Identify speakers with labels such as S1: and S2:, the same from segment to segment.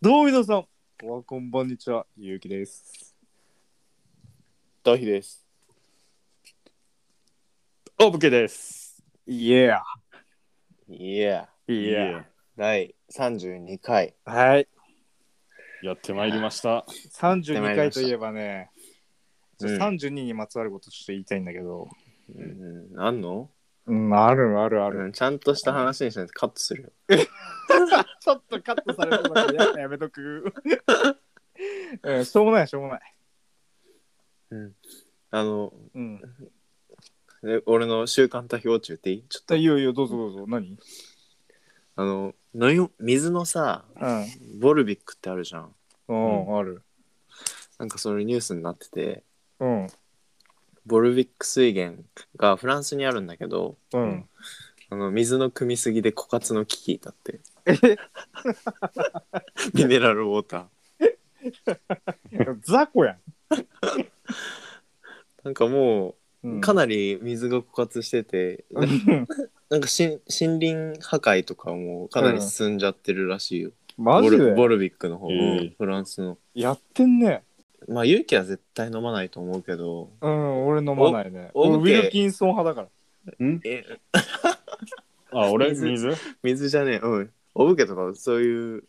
S1: どうも皆さん、おはこんばんにちは、ゆうきです。
S2: 大輝です。
S3: オブケです。
S1: いや
S2: いや、
S1: いや
S2: 第32回。
S1: はい。
S3: やってまいりました。
S1: 32回といえばね、ちょ
S2: うん
S1: 32にまつわることちょっと言いたいんだけど、
S2: うん、あんの
S1: うん、あるあるある。
S2: うんちゃんとした話にしないとカットするよ。
S1: ちょっとカットされそうだからややめとく、うん。しょうもない、しょうもない。
S2: あの、
S1: うん。
S2: え俺の週刊多表中っていいちょっと、
S1: いいよいいよ、どうぞどうぞ、何
S2: あの、飲み水のさ、
S1: うん。
S2: ボルビックってあるじゃん。
S1: うん、ある。
S2: なんかそれニュースになってて、
S1: うん。
S2: ボルビック水源がフランスにあるんだけど、
S1: うん。
S2: あの水の汲みすぎで枯渇の危機だって。
S1: え
S2: ミネラルウォーター。
S1: 雑魚や
S2: なんかも
S1: ん。
S2: う、か
S1: な
S2: なり水が枯渇してて、
S1: り。
S2: なんかしん森林破壊とかもかなり進んじゃってるらしいよ。
S1: マ
S2: ボ
S1: ジ
S2: ル
S1: で
S2: ボルビックの方、
S3: えー
S2: フランスの。
S1: やってんね。
S2: まあ勇気は絶対飲まないと思うけど。
S1: うん、俺飲まないね。
S2: お
S1: 俺
S2: オ
S1: ウ
S2: ブケ
S1: ィルキンソン派だから。
S2: え
S3: あ、俺
S2: 水
S3: 水
S2: 水じゃねえ。うん。お武家とかそういう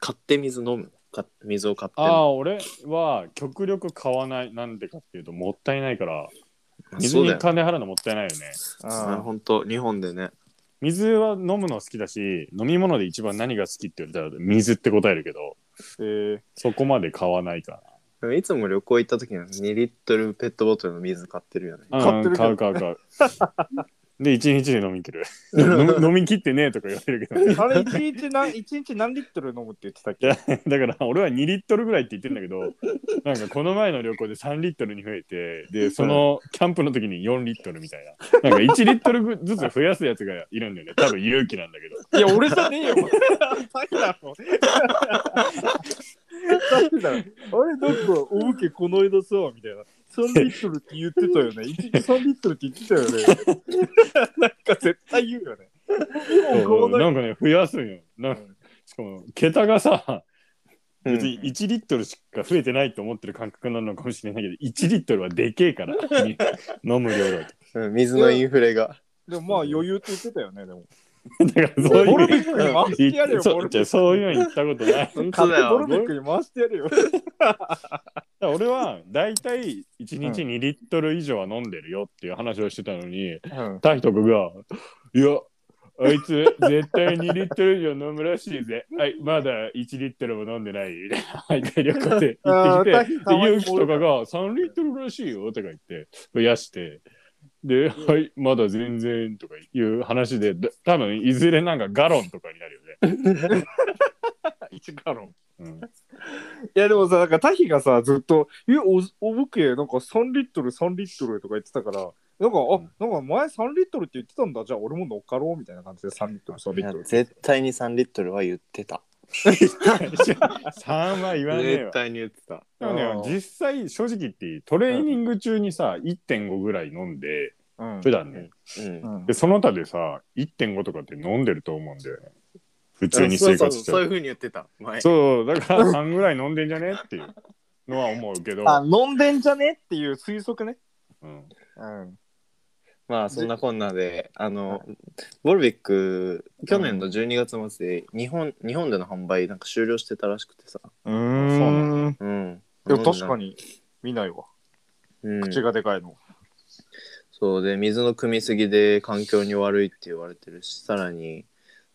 S2: 買って水飲む。か水を買って
S3: あ
S2: 飲む
S3: あ、俺は極力買わない。なんでかっていうと、もったいないから、
S2: まあ
S3: 水
S2: そうだ
S3: に
S2: よ。
S3: 金払うのもったいないよね。
S2: あ本当日本でね。
S3: 水は飲むの好きだし、飲み物で一番何が好きって言われたら水って答えるけど、
S1: えー、
S3: そこまで買わないか
S2: いつも旅行行った時には2リットルペットボトルの水買ってるよね。
S3: ら。
S1: 買ってるけど
S3: うん買う買う買 う。で、一日で飲み切る。飲み飲み切ってねえとか言われるけど、ね、
S1: あれ一日何、一日何リットル飲むって言ってたっけ
S3: だから俺は2リットルぐらいって言ってるんだ けど、なんかこの前の旅行で3リットルに増えて、で、そのキャンプの時に4リットルみたいな。なんか1リットルぐずつ増やすやつがいるんだよね。多分勇気なんだけど。
S1: いや、俺じゃ ねえよ。誰だ ろ。誰だろ。あれ、なんか、お受けこの間さ、みたいな。3リットルって言ってた よね。一日3リットルって言ってたよね。 なんか絶対言うよね。
S3: そう
S1: こうな
S3: なんかね、増やすんよ。なんかしかも、桁がさ、別に1リットルしか増えてないと思ってる感覚なのかもしれないけど、1リットルはでけえから、 に飲む量だと。
S2: うん水のインフレが。
S1: でもまあ余裕って言ってたよね、でも。
S3: だからそういう。
S1: ボルビックに回してやれよ、ボ
S3: そ
S1: ル
S3: う
S1: ビ
S3: じゃ
S1: ッ
S3: あそういうのに行ったことない。
S2: 本
S1: ク。
S2: 当だ
S1: ボル。
S2: よ
S1: ビックに回してやれよ。
S3: だから俺は大体1日2リットル以上は飲んでるよっていう話をしてたのに、
S1: うん
S3: 大人が「いやあいつ絶対2リットル以上飲むらしいぜはいまだ1リットルも飲んでない」みたいな毎回旅行で行
S1: あー
S3: ってきてで
S1: 大変
S3: 勇気とかが「3リットルらしいよ」とか言って増やして。で、はい、まだ全然とかいう話で、だ多分いずれなんかガロンとかになるよね。
S1: 一ガロン。
S3: うん、
S1: いやでもさ、なんかタヒがさ、ずっと、え、お、おぶけ、なんか3リットル、3リットルとか言ってたから、なんか、
S3: うん
S1: あ、なんか前3リットルって言ってたんだ、じゃあ俺も乗っかろうみたいな感じで3リットル、3
S2: い
S1: リッ
S2: や
S1: トル。
S2: 絶対に3リットルは言ってた。
S3: 3は言わねえわ
S2: 絶。対に言ってた。
S3: でもね
S1: あー
S3: 実際正直言っていいトレーニング中にさ、1.5ぐらい飲んで
S1: うん
S3: 普段ね、
S2: うん
S1: う。ん
S3: でその他でさ1.5とかって飲んでると思うんだよね普
S2: そ
S3: 通
S2: う
S3: に
S2: そ
S3: 生
S2: うそう
S3: 活して
S2: そういう
S3: る
S2: ふうに言ってた。前
S3: そうだから3ぐらい飲んでんじゃねっていうのは思うけ ど、
S1: あ、飲んでんじゃねっていう推測ね。
S3: うん、
S1: うん。
S2: まあそんなこんなで、あの、ボルビック、去年の12月末で日本日本での販売なんか終了してたらしくてさ。
S1: う
S3: ー
S1: ん。
S2: うん。
S1: でも確かに見ないわ。
S2: うん、
S1: 口がでかいの。
S2: そうで、水の汲みすぎで環境に悪いって言われてるし、さらに、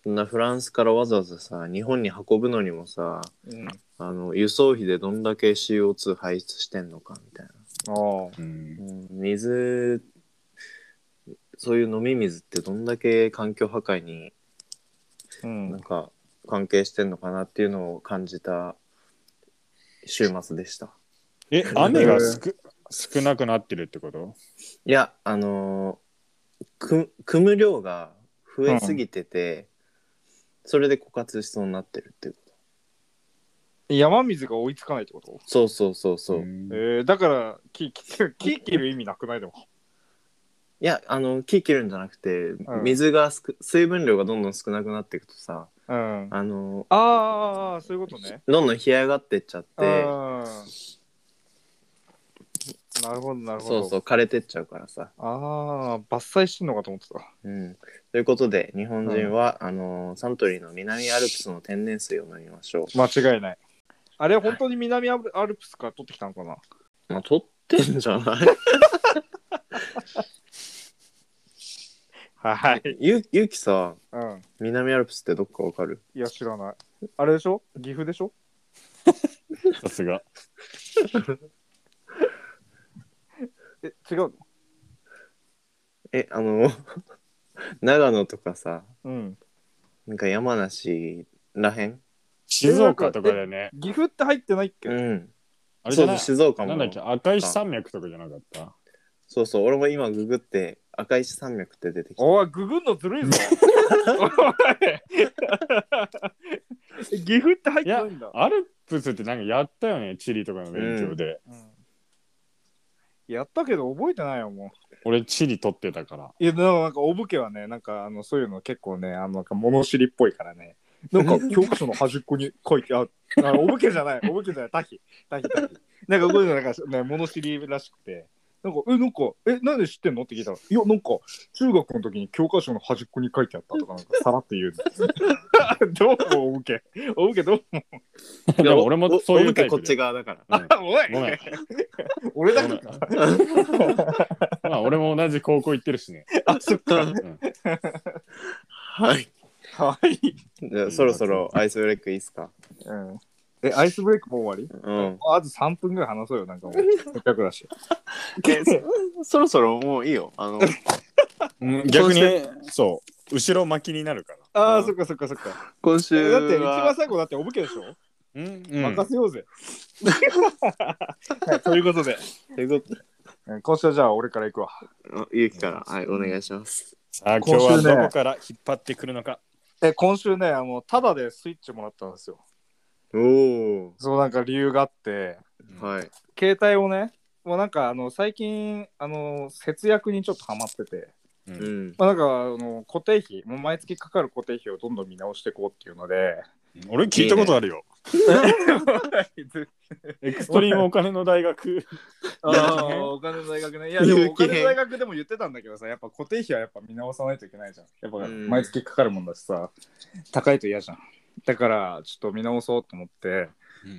S2: そんなフランスからわざわざさ、日本に運ぶのにもさ、
S1: うん。あ
S2: あの輸送費でどんだけ CO2 排出してんのかみたいな。
S1: あ。
S3: うん
S2: うん水そういう飲み水ってどんだけ環境破壊に
S1: う
S2: なん
S1: ん。
S2: か関係してんのかなっていうのを感じた週末でした
S3: え雨が少少なくなってるってこと
S2: いやあのーく汲む量が増えすぎてて、それで枯渇しそうになってるっていうこと
S1: 山水が追いつかないってこと
S2: そうそうそうそう、い
S3: ん
S1: えー、だから、木、木、木切る意味なくないでも。
S2: やあの木切るんじゃなくて、
S1: ん
S2: 水がすく水分量がどんどん少なくなっていくとさ
S1: ううん。あ
S2: あの
S1: あー、そういうことね。
S2: どんどん干上がってっちゃっ
S1: あ
S2: て
S1: ーなるほど、なるほ
S2: そ
S1: ど。
S2: うそう枯れてっちゃうからさ。
S1: ああ、伐採してんのかと思ってた。
S2: うん、ということで日本人は、あのサントリーの南アルプスの天然水を飲みましょ
S1: 間違いない。あれ、本当に南アルアルプスから取ってきたのかな
S2: う。まあ、取ってんじゃ ない
S1: はい。
S2: ゆゆきさ
S1: うん。
S2: 南アルプスってどっかわかる
S1: いや、知らない。あれでしょ岐阜でしょ
S3: さすが。
S1: え、違うの
S2: えあの 長野とかさ
S1: うん。
S2: なんか山梨らへん
S3: 静岡とかだよね。
S1: 岐阜って入ってないっけ、
S2: うん
S3: あれじ
S2: そ
S3: ゃ
S2: う
S3: な
S2: そう
S3: い
S2: 静岡も
S3: なんだっけ赤石山脈とかじゃなかった
S2: そうそう俺も今ググって赤石山脈って出てきた
S1: おい、ググんのずるいぞ。お い岐阜って入っ
S3: い
S1: てな
S3: や
S1: いんだ。、
S3: アルプスってなんかやったよね、地理とかの勉強で。
S1: うんやったけど覚えてないよ、も
S3: 俺、地理取ってたから。
S1: う。いや、でもなんか、おぶけはね、なんか、あの、そういうの結構ね、あの、なんか、物知りっぽいからね。なんか、教科書の端っこに書いてある。あおぶけじゃない、おぶけじゃない、タヒ、タヒ、タヒ。なんか、こういうの、なんか、ね、物知りらしくて。なんか、え、なんか、え、なんで知ってんのって聞いたら、いや、なんか、中学の時に教科書の端っこに書いてあったとか、なんか、さらって言う の。どうも、おぶけ。おぶけ、どうも。
S3: でも俺もそうい
S2: おお
S3: う
S2: 向
S3: タ
S2: け
S3: イ
S2: こ
S3: プ
S2: っち
S3: で。
S2: 側だ から
S3: うん
S1: おい
S3: ごめん。
S1: 俺だ
S3: ごめ
S1: け
S3: んまあ、俺も同じ高校行ってるしね。
S1: あ、そっか。
S3: うん
S2: はい
S1: はい。
S2: じゃあそろそろアイスブレイクいいっすか
S1: うん。え、アイスブレイクもう終わり
S2: うん
S1: あと3分ぐらい話そうよ、なんかもう。せっかくだし。
S2: えそそろそろもういいよあの
S3: うん逆に、そう、後ろ巻きになるから。
S1: あ
S2: う
S1: あ、
S2: ん
S1: そっかそっかそっか。
S2: 今
S1: え
S2: 週
S1: だって、一
S2: は
S1: 番最後だってお武家でしょ
S3: うん、
S1: 任せようぜ。はいということで、
S2: ということで
S1: うん今週はじゃあ俺から行くわ。
S2: あゆうきからはいお願いします
S3: さあ、今
S1: 今
S3: 日
S1: 週ね
S3: はどこから引っ張ってくるのか。
S1: え、今週ね、あの、ただでスイッチもらったんですよ。
S2: おお
S1: そう、なんか理由があって、
S2: はい
S1: 携帯をね、もうなんかあの、最近、あの、節約にちょっとハマってて。
S2: う
S3: う
S2: んん
S1: まあ、なんかあの固定費、もう毎月かかる固定費をどんどん見直していこうっていうの で、
S3: 俺聞いたことあるよ。エクストリームお金の大学。
S1: あーお金の大学ね。いや、でもお金の大学でも言ってたんだけどさ、やっぱ固定費はやっぱ見直さないといけないじゃん。やっぱ
S2: うん
S1: 毎月かかるもんだしさ、高いと嫌じゃん。だから、ちょっと見直そうと思って、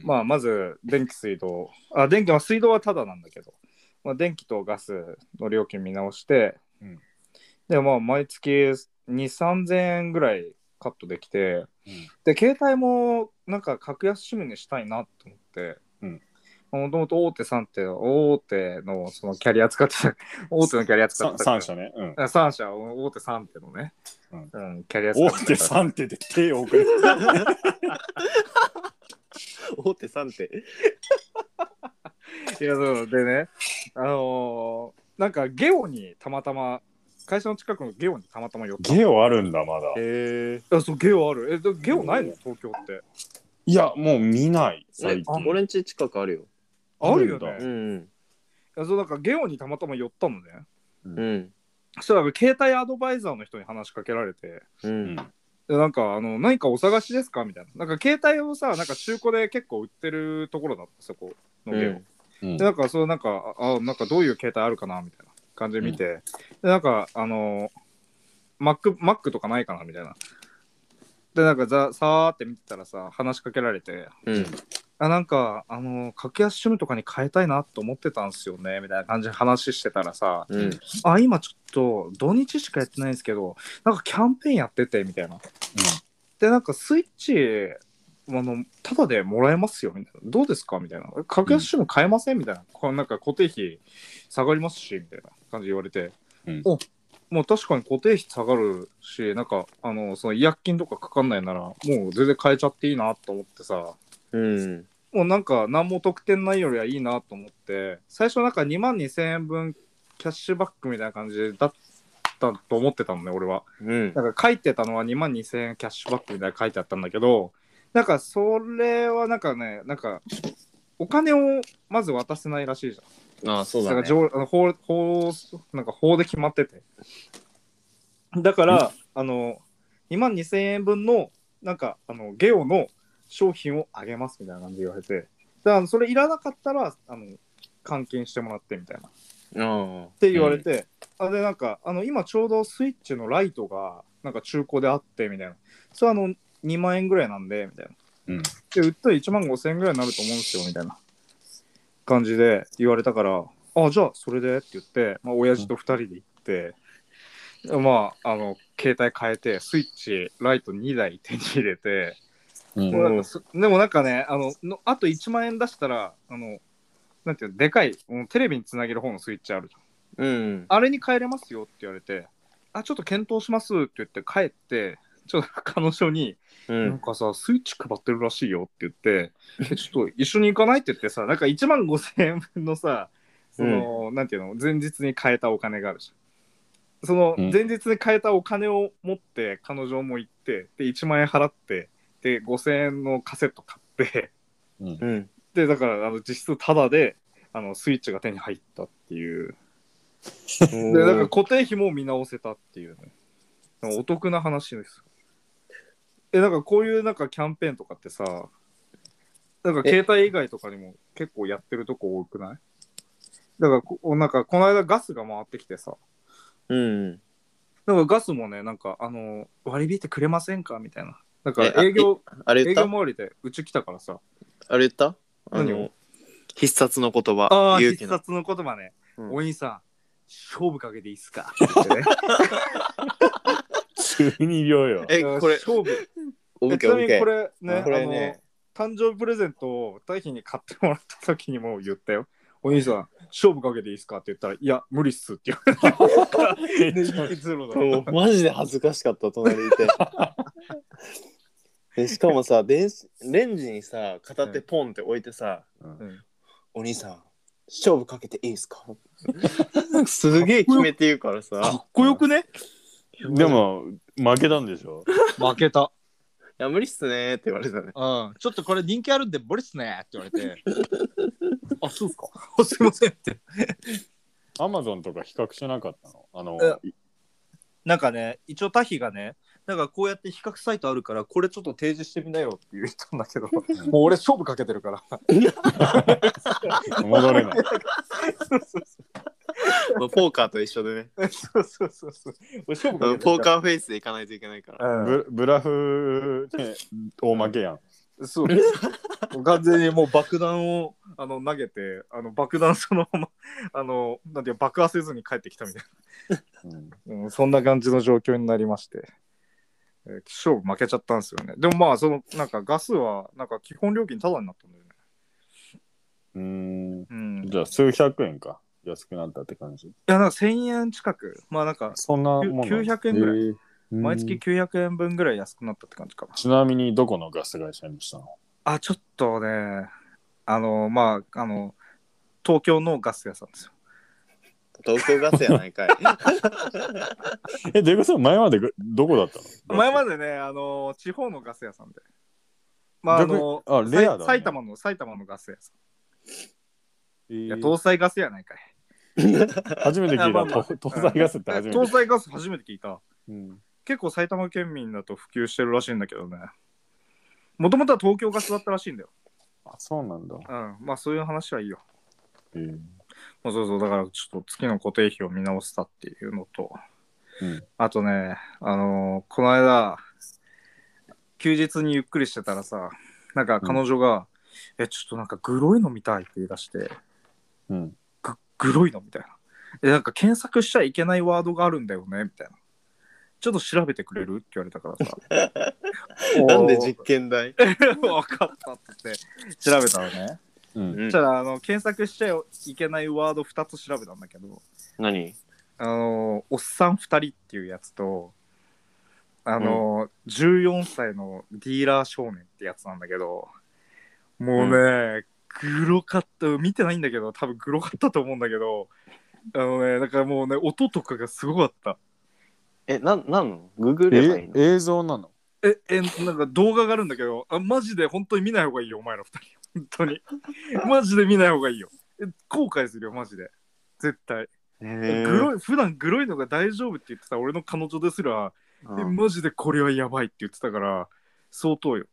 S1: まあ、まず電気、水道、あ、電気は水道はただなんだけど、まあ、電気とガスの料金見直して、
S3: うん
S1: で、まあ、毎月2、3000円ぐらいカットできて、
S3: うん
S1: で、携帯もなんか格安シムにしたいなと思って、
S3: うん
S1: もともと大手さんって、大手のそのキャリア使ってた、 大手のキャリア使ってた。
S3: 3社ね。うん。
S1: あ。3社、大手3手のね、
S3: うん
S1: うん、キャリア使
S3: 大
S1: ってた。
S3: 手3手で手を置 く。
S2: 大手3手
S1: いやそうでねあのーなんかゲオにたまたま会社の近くのゲオにたまたま寄った
S3: ゲオあるんだ、まだ。
S1: えあそうゲオあるえでゲオないの東京って
S3: いや、もう見ない、
S2: え
S3: 最
S2: あ
S3: 近。
S2: 俺んち近くあるよ
S1: あるよ
S3: あるん
S2: う
S1: ね
S2: ん
S1: いやそうなんかゲオにたまたま寄ったのね
S2: うん
S1: そしたら携帯アドバイザーの人に話しかけられて
S2: う
S3: うんん。
S1: でなんかあの何かお探しですかみたいななんか携帯をさなんか中古で結構売ってるところだったそこのゲオ、
S2: うん
S3: うん
S1: でなんかそうなんかああなんかどういう携帯あるかなみたいな感じで見て、でなんかあのマックマックとかないかなみたいなでなんかざさーって見てたらさ話しかけられて
S2: うん
S1: あなんかあの格安シムとかに変えたいなと思ってたんすよねみたいな感じで話してたらさ
S2: うん
S1: あ今ちょっと土日しかやってないんですけどなんかキャンペーンやっててみたいなでなんかスイッチあのただでもらえますよみたいなどうですかみたいな格安シム買えませんみたいなこうなんか固定費下がりますしみたいな感じで言われて、
S3: うん
S1: おもう確かに固定費下がるしなんかあのその違約金とかかかんないならもう全然変えちゃっていいなと思ってさ
S2: うん
S1: もうなんか何も得点ないよりはいいなと思って最初なんか2万2000円分キャッシュバックみたいな感じだったと思ってたのね俺は。
S2: うん
S1: なんか書いてたのは2万2000円キャッシュバックみたいなの書いてあったんだけど、なんかそれはなんかね、なんかお金をまず渡せないらしいじゃん。
S2: あそうだ
S1: なん
S2: ね
S1: か条あの法法なんか法で決まってて。だから、あの、2万2000円分のなんか、あの、ゲオの商品をあげますみたいな感じで言われて、だからそれいらなかったら、あの、換金してもらってみたいな。
S2: ああ。っ
S1: って言われ。て、あでなんかあの今ちょうどスイッチのライトがなんか中古であってみたいなそれあの2万円ぐらいなんでみたいな、
S3: うん
S1: で売ったら1万5000円ぐらいになると思うんですよみたいな感じで言われたからあじゃあそれでって言って、まあ、親父と2人で行って、まああの携帯変えてスイッチライト2台手に入れて、
S3: うん
S1: もうなんかそでもなんかねあののあと1万円出したらあのなんていうのでかいうんテレビにつなげる方のスイッチある
S2: うん。
S1: あれに変えれますよって言われて、あ、ちょっと検討しますって言って帰って、ちょっと彼女に、
S2: う
S1: なん
S2: ん。
S1: かさ、スイッチ配ってるらしいよって言って、えちょっと一緒に行かないって言ってさ、なんか1万5000円分のさ、その、なんていうの、前日に変えたお金があるじゃん。その、
S3: うん
S1: 前日に変えたお金を持って、彼女も行って、で、1万円払って、で、5000円のカセット買って、
S2: うん。
S1: で、だから、あの、実質タダで、あの、スイッチが手に入ったっていう。で、なんか固定費も見直せたっていうね。なんかお得な話です。え、なんかこういうなんかキャンペーンとかってさ、なんか携帯以外とかにも結構やってるとこ多くないだからこ、なんかこの間ガスが回ってきてさ、
S2: うん。
S1: なんかガスもね、なんかあの、割り引いてくれませんかみたいな。なんか
S2: えあ
S1: 営業、
S2: あれ言
S1: 営
S2: っ
S1: 業
S2: た
S1: 周りでうち来たからさ、
S2: あれ言ったあ
S1: 何を
S2: の、必殺の言
S1: あ
S2: 葉
S1: あ、。
S2: 勇
S1: 必
S2: 気の。
S1: 殺の言葉ね、
S2: うん
S1: お兄さん、勝負かけていいっすかって言ってね。
S3: 急に量よ。
S2: え、これ、
S1: 勝負。
S2: オ
S1: えち
S2: ブケオ
S1: な
S2: ブ
S1: み
S2: ケ
S1: にこ。れね、
S2: これね
S1: あの、誕生日プレゼントを大輝に買ってもらった時にもう言ったよ。お兄さん、勝負かけていいですかって言ったら、いや、無理っすって 言われて、ね、ゼロだ。
S2: もうマジで恥ずかしかった隣い てでしかもさ電子レンジにさ片手ポンって置いてさ、
S1: ん
S2: お兄さん勝負かけていいですか すげえ決めて言うからさ
S1: かっこよくね
S3: でも、負けたんでしょ
S1: 負けた。
S2: 「いや無理っすね」って言われたね
S1: うん、ちょっとこれ人気あるんで無理っすねって言われて。あ、そうですか。 すいませんって。
S3: アマゾンとか比較しなかったのあの、
S1: なんかね、一応タヒがね、なんかこうやって比較サイトあるから、これちょっと提示してみなよって言ったんだけ ど、もう俺勝負かけてるから。
S3: 戻れない。
S2: まあ ポーカーと一緒でね
S1: そうそうそうそう。俺勝負かけてる
S2: あの
S1: から
S2: ポーカーフェイスでいかないといけないから
S1: うん
S3: ブブラフ、ね、大負けやん。
S1: そうです。もう完全にもう爆弾をあの投げて、あの爆弾そのま ま、あの、なんていうか爆破せずに帰ってきたみたい
S3: うん
S1: な、うんそんな感じの状況になりまして、えー勝負負けちゃったんですよね。でもまあ、その、なんかガスは、なんか基本料金タダになったんだよね。
S3: うーん。
S1: うん。い
S3: じゃあ、数百円か。安くなったって感じ。
S1: や、なんか1000円近く、まあなんか、
S3: そんなもんなの
S1: 900円ぐらい
S3: えーうん
S1: 毎月900円分ぐらい安くなったって感じかな。
S3: ちなみにどこのガス会社にしたの
S1: あ、ちょっとね、あの、まあ、あの、東京のガス屋さんですよ。
S2: 東京ガスやない かい
S3: え、どういうこと前までぐどこだったの
S1: 前まで
S3: で。
S1: ね、あの地方のガス屋さんで。まあ、あ
S3: 逆に
S1: の
S3: あレアだね
S1: さい埼玉の、埼玉のガス屋さ
S3: え
S1: ん。い
S3: ー
S1: や、搭載ガスやないかい。
S3: 初めて聞
S1: あ
S3: い
S1: まあまあ
S3: た。と東西ガスって初めて聞
S1: 搭
S3: いた。
S1: 載ガス初めて聞いた。
S3: うん
S1: 結構埼玉県民だと普及してるらしいんだけどね。もともとは東京ガスだったらしいんだよ。
S3: あ、そうなんだ。
S1: うん。まあ、そういう話はいいよ。
S3: えー
S1: もうそうそう、だからちょっと月の固定費を見直したっていうのと、
S3: うん
S1: あとね、あのーこの間、休日にゆっくりしてたらさ、なんか彼女が、え、ちょっとなんかグロいの見たいって言い出して、
S3: うん。
S1: ググロいのみたいな。え、なんか検索しちゃいけないワードがあるんだよねみたいな。ちょっと調べてくれるって言われたからさ。
S2: なんで実験 台
S1: 分かったって言って調べたのね。
S3: うん。
S1: そしたらあの検索しちゃいけないワード2つ調べたんだけど、
S2: 何
S1: あのおっさん2人っていうやつと、あの14歳のディーラー少年ってやつなんだけど、もうね、グロかった、見てないんだけど、多分グロかったと思うんだけど、あのね、だからもうね、音とかがすごかった。
S2: えなんなんのググればいい
S3: え
S2: の
S3: 映像なの
S1: え、え、なんか動画があるんだけど、あマジで本当に見ない方がいいよ、お前ら2人。本当に。マジで見ない方がいいよ。え後悔するよ、マジで。絶対。
S2: え
S1: グロい普段グロいのが大丈夫って言ってた俺の彼女ですら、
S2: う
S1: え
S2: ん
S1: マジでこれはやばいって言ってたから相当よ。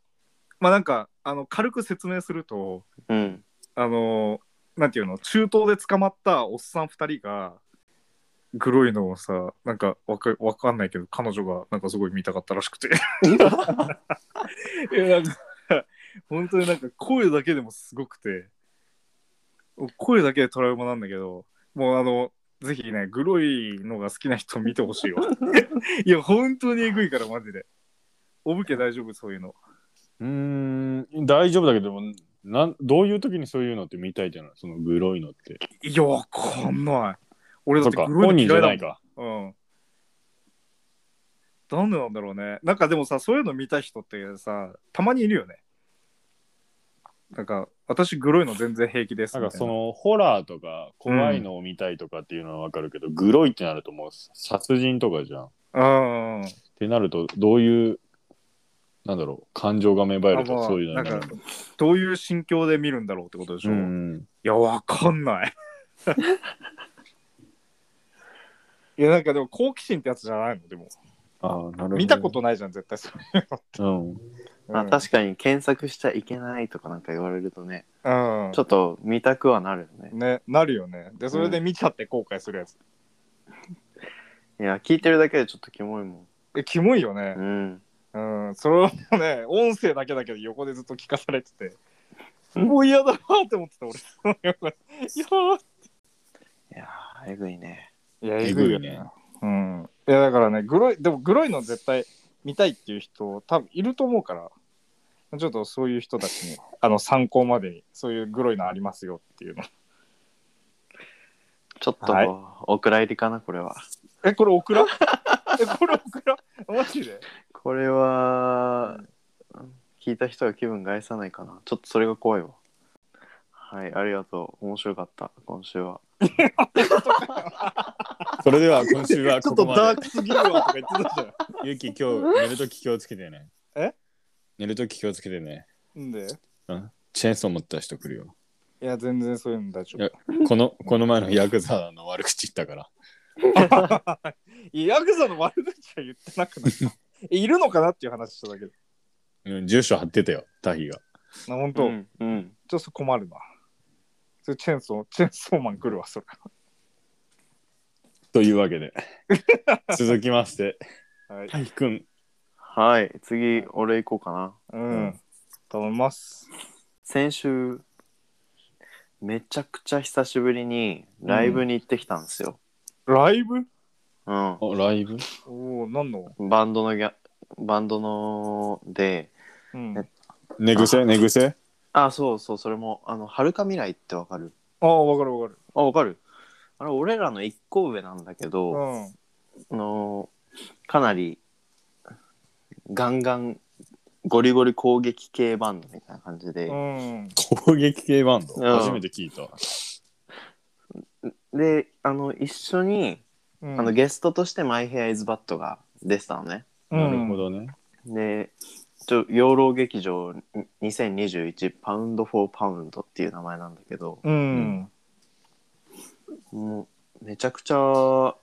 S1: まあなんか、あの、軽く説明すると、
S2: うん。
S1: あの、なんていうの、中東で捕まったおっさん2人が、グロいのをさ、なんかわかわかんないけど、彼女がなんかすごい見たかったらしくて。 いやなんか本当になんか声だけでもすごくて、声だけでトラウマなんだけど、もうあの、ぜひね、グロいのが好きな人見てほしい わ。いや、本当にえぐいから、マジで。お武家大丈夫、そういうの。
S3: うーん大丈夫だけどもなんどういう時にそういうのって見たいじゃないそのグロいのって
S1: いや、わかんない。俺だ
S3: そ
S1: っ
S3: ってか
S1: グロ
S3: 本
S1: い
S3: 人じ
S1: の嫌
S3: ゃ
S1: いだもん
S3: ないか
S1: うん。なんでなんだろうね。なんかでもさ、そういうの見た人ってさ、たまにいるよね。なんか、私、グロいの全然平気です
S3: な
S1: み
S3: ん
S1: たい
S3: か
S1: な。
S3: そのホラーとか怖いのを見たいとかっていうのはわかるけど、グロいってなるともう殺人とかじゃんっ
S1: うんうんうん。
S3: てなるとどういうなんだろう感情が芽生えると
S1: あま
S3: か
S1: あ
S3: そういうのに
S1: な
S3: なん
S1: か
S3: るの
S1: どういう心境で見るんだろうってことでしょ。
S3: う
S1: い
S3: ん
S1: や、わかんない。 いや、なんかでも好奇心ってやつじゃないのでも。
S3: あーなるほど
S1: 見たことないじゃん、絶対それ。
S3: と、うん、
S2: まあ
S1: うん
S2: 確かに検索しちゃいけないとかなんか言われるとね、
S1: うん
S2: ちょっと見たくはなるよね。
S1: ね、なるよね。で、それで見ちゃって後悔するやつ。
S2: いや、聞いてるだけでちょっとキモいもん。
S1: え、キモいよね。
S2: うん。
S1: うん、それをね、音声だけだけど横でずっと聞かされてて、もう嫌だなって思ってた、俺。いやー
S2: いやー、えぐいね。
S1: いや、
S3: え
S1: え
S3: ぐ
S1: ぐ
S3: い
S1: い
S3: よ
S1: よ
S3: ね
S1: ね。うん。いや、だからね、グロい、でもグロいの絶対見たいっていう人、多分いると思うから、ちょっとそういう人たちに、あの、参考までに、そういうグロいのありますよっていうの。
S2: ちょっと、
S1: はい
S2: お蔵入りかな、これは。
S1: え、これオクラえ、これオクラマジで
S2: これは、聞いた人は気分害さないかな。ちょっとそれが怖いわ。はい、ありがとう。面白かった、今週は。
S3: それでは今週 はここまで
S1: クすぎるわとか言ってたじゃ
S3: ゆき今日寝るとき気をつけてね
S1: え
S3: 寝るとき気をつけてね
S1: ん。んで
S3: チェーンソー持った人来るよ
S1: いや、全然そういうの大丈夫。
S3: このこの前のヤクザの悪口言ったから
S1: い やヤクザの悪口は言ってなくない えいるのかなっていう話しただけで。
S3: うん住所貼ってたよタヒが
S1: な本当、
S2: ん。うん。
S1: ちょっと困るな。それチェーンソー、チェーンソーマン来るわ、それ。
S3: というわけ で続きまして
S1: はい。
S3: タヒくん
S2: はい、次、俺行こうかな。
S1: うん。頼みます。
S2: 先週、めちゃくちゃ久しぶりにライブに行ってきたんですよ。
S1: ライブ
S2: うん。
S3: おライブ
S1: おお、なんの
S2: バンドのギャ、バンドので、
S1: うん。あ
S2: え
S3: 寝癖寝癖
S2: あ、そうそう、それも、あの、はるか未来ってわかる
S1: あー、わかるわかる。
S2: あ、わかるあれ、俺らの一個上なんだけど、
S1: うん。
S2: あのかなりガンガンゴリゴリ攻撃系バンドみたいな感じで、
S1: うん。
S3: 攻撃系バンド
S2: うん
S3: 初めて聞いた
S2: であの一緒に、
S1: うん、
S2: あのゲストとして「マイ・ヘア・イズ・バット」が出てたのね
S3: なるほどね
S2: でちょ養老劇場2021パウンド・フォー・パウンドっていう名前なんだけど
S1: うん。
S2: もうめちゃくちゃこ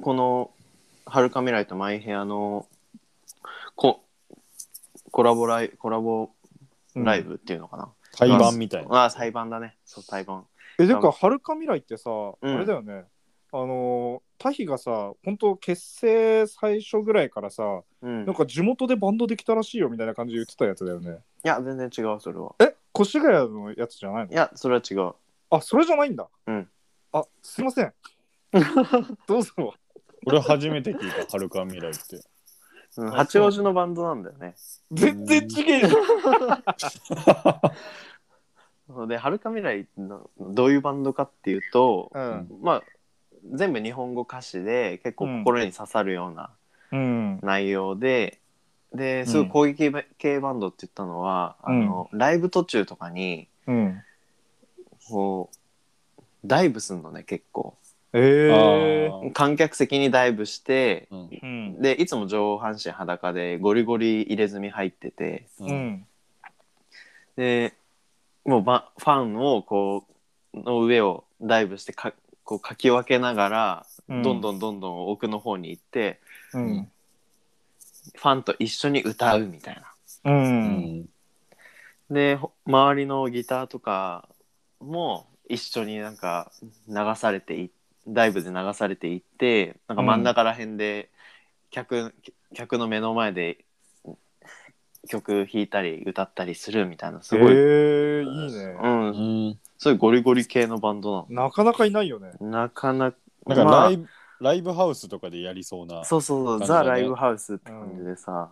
S2: の「はるか未来」と「マイ・ヘアの」こコラボライコラボ
S1: うん
S2: ライ。ブっていうのかな、
S3: 対バンみたいな
S2: ああ、裁判だね。そう、裁判。
S1: え、てか、はるか未来ってさ、
S2: ん
S1: あれだよね。あのー、タヒがさ、本当結成最初ぐらいからさ、
S2: うん。い
S1: なんか地元でバンドできたらしいよみたいな感じで言ってたやつだよね。
S2: や、全然違う、それは。
S1: え越谷のやつじゃないの
S2: いや、それは違う。
S1: あそれじゃないんだ。
S2: うん
S1: あすいませ ん。どうぞ。
S3: 俺初めて聞いたはるか未来って
S2: うん、
S1: あ
S2: 八王子のバンドなんだよね。
S1: 全然違えじゃん。
S2: そうで、はるか未来のどういうバンドかっていうと、
S1: うん
S2: まあ、全部日本語歌詞で結構心に刺さるような
S1: うん。
S2: 内容で、ですごい攻撃系バンドって言ったのは、
S1: うん
S2: あのライブ途中とかに
S1: うん。
S2: こうダイブすんのね結構
S1: ええー。
S2: 観客席にダイブして
S3: うん
S1: うん。
S2: でいつも上半身裸でゴリゴリ入れ墨入ってて
S3: う
S1: うんん。
S2: でもうばファンをこうの上をダイブしてかこうかき分けながら
S1: うん
S2: どんどんどんどん奥の方に行って、
S1: うん。
S2: ファンと一緒に歌うみたい
S1: う。
S2: な
S3: うん
S2: でほ周りのギターとかも一緒になんか流されていダイブで流されていってなんか真ん中ら辺で客,、客の目の前で曲弾いたり歌ったりするみたいなす
S1: え
S2: ごい、
S1: ー、いいね。
S2: うん、そういうゴリゴリ系のバンド
S1: なかなかいないよね。
S2: なのなかなか
S3: なんか
S2: ま
S3: ラ
S2: あ
S3: イブ、ライブハウスとかでやりそうな。
S2: そうそうそう、
S3: 感じだ
S2: ザ・
S3: ね
S2: ライブハウスって感じでさ、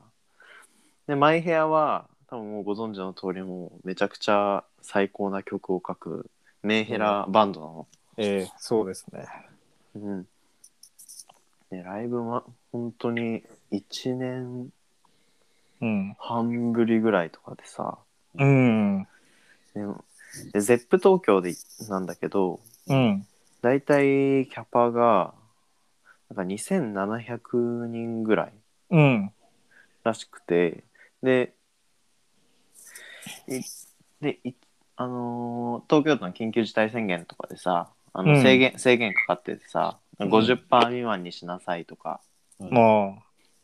S2: でマイ・ヘアは多分もうご存知の通りもうめちゃくちゃ最高な曲を書くメンヘラバンドなの、
S1: ええそうですね。
S2: うんでライブは本当に1年
S1: うん。
S2: 半ぶりぐらいとかでさ
S1: うん。
S2: ででゼップ東京でなんだけど
S1: うん。
S2: だいたいキャパがなんか2700人ぐらい
S1: うん。
S2: らしくてでいでいあのー東京都の緊急事態宣言とかでさあ
S1: う
S2: の
S1: ん
S2: 制限、制限かかっててさ
S3: うん
S2: 50%未満にしなさいとか、
S1: まあ。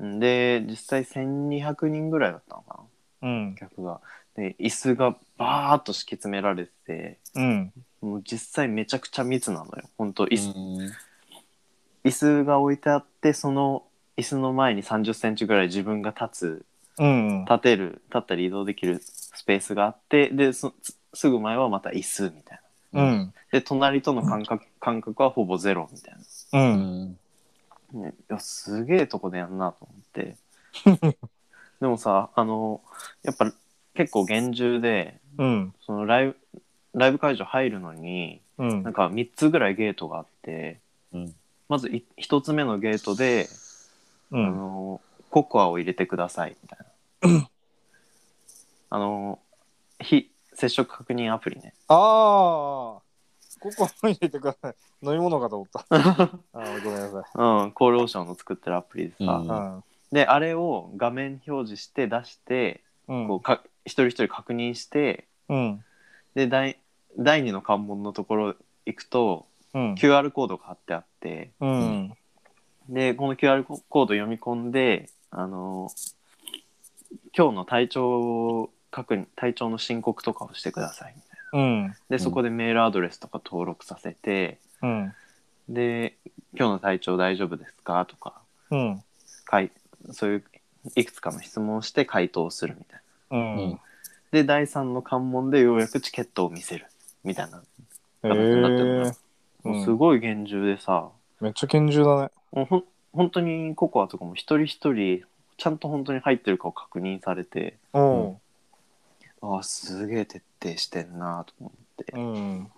S2: で実際1200人ぐらいだったのか
S1: うん
S2: な。客がで椅子がバーっと敷き詰められてて
S1: うん。
S2: もう実際めちゃくちゃ密なのよ本当
S3: う
S2: 椅子、
S3: ん
S2: 椅子が置いてあってその椅子の前に3 0センチぐらい自分が立つ
S1: うん。
S2: 立てる立ったり移動できるスペースがあってでそすすぐ前はまた椅子みたい
S1: う
S2: な
S1: ん。
S2: で隣との間隔間隔はほぼゼロみたい
S1: うん。
S2: な、ね、いやすげえとこでやんなと思って でもさあのやっぱ結構厳重で
S1: うん。
S2: そのライブライブ会場入るのに
S1: うん
S2: なん。か3つぐらいゲートがあって
S3: うん
S2: まず1つ目のゲートで、
S1: う
S2: あ
S1: ん。
S2: のココアを入れてくださいみたいなあの非接触確認アプリね
S1: ああ。ここ入れてください。飲み物かと思った。あーごめんなさい。
S2: うん、厚労省の作ってるアプリでさ、
S3: う
S2: であれを画面表示して出して、
S1: うん。
S2: こうか一人一人確認して
S1: うん。
S2: で第第二の関門のところ行くと
S1: うん。
S2: QR コードが貼ってあって
S1: うん。
S2: でこの QR コード読み込んであの今日の体調確認体調の申告とかをしてくださいみたい
S1: うん。
S2: なでそこでメールアドレスとか登録させて、
S1: うん。
S2: で今日の体調大丈夫ですかとか
S1: うん。
S2: かいそういういくつかの質問をして回答するみたいな
S1: うん。
S2: で第3の関門でようやくチケットを見せるみたいな、
S1: え
S2: 形になってる
S1: え
S2: な。もうすごい厳重でさ
S1: めっちゃ厳重だね。
S2: もうほん本当にココアとかも一人一人ちゃんと本当に入ってるかを確認されて
S1: うん。
S2: ああすげえ徹底してんなと思って
S1: うん。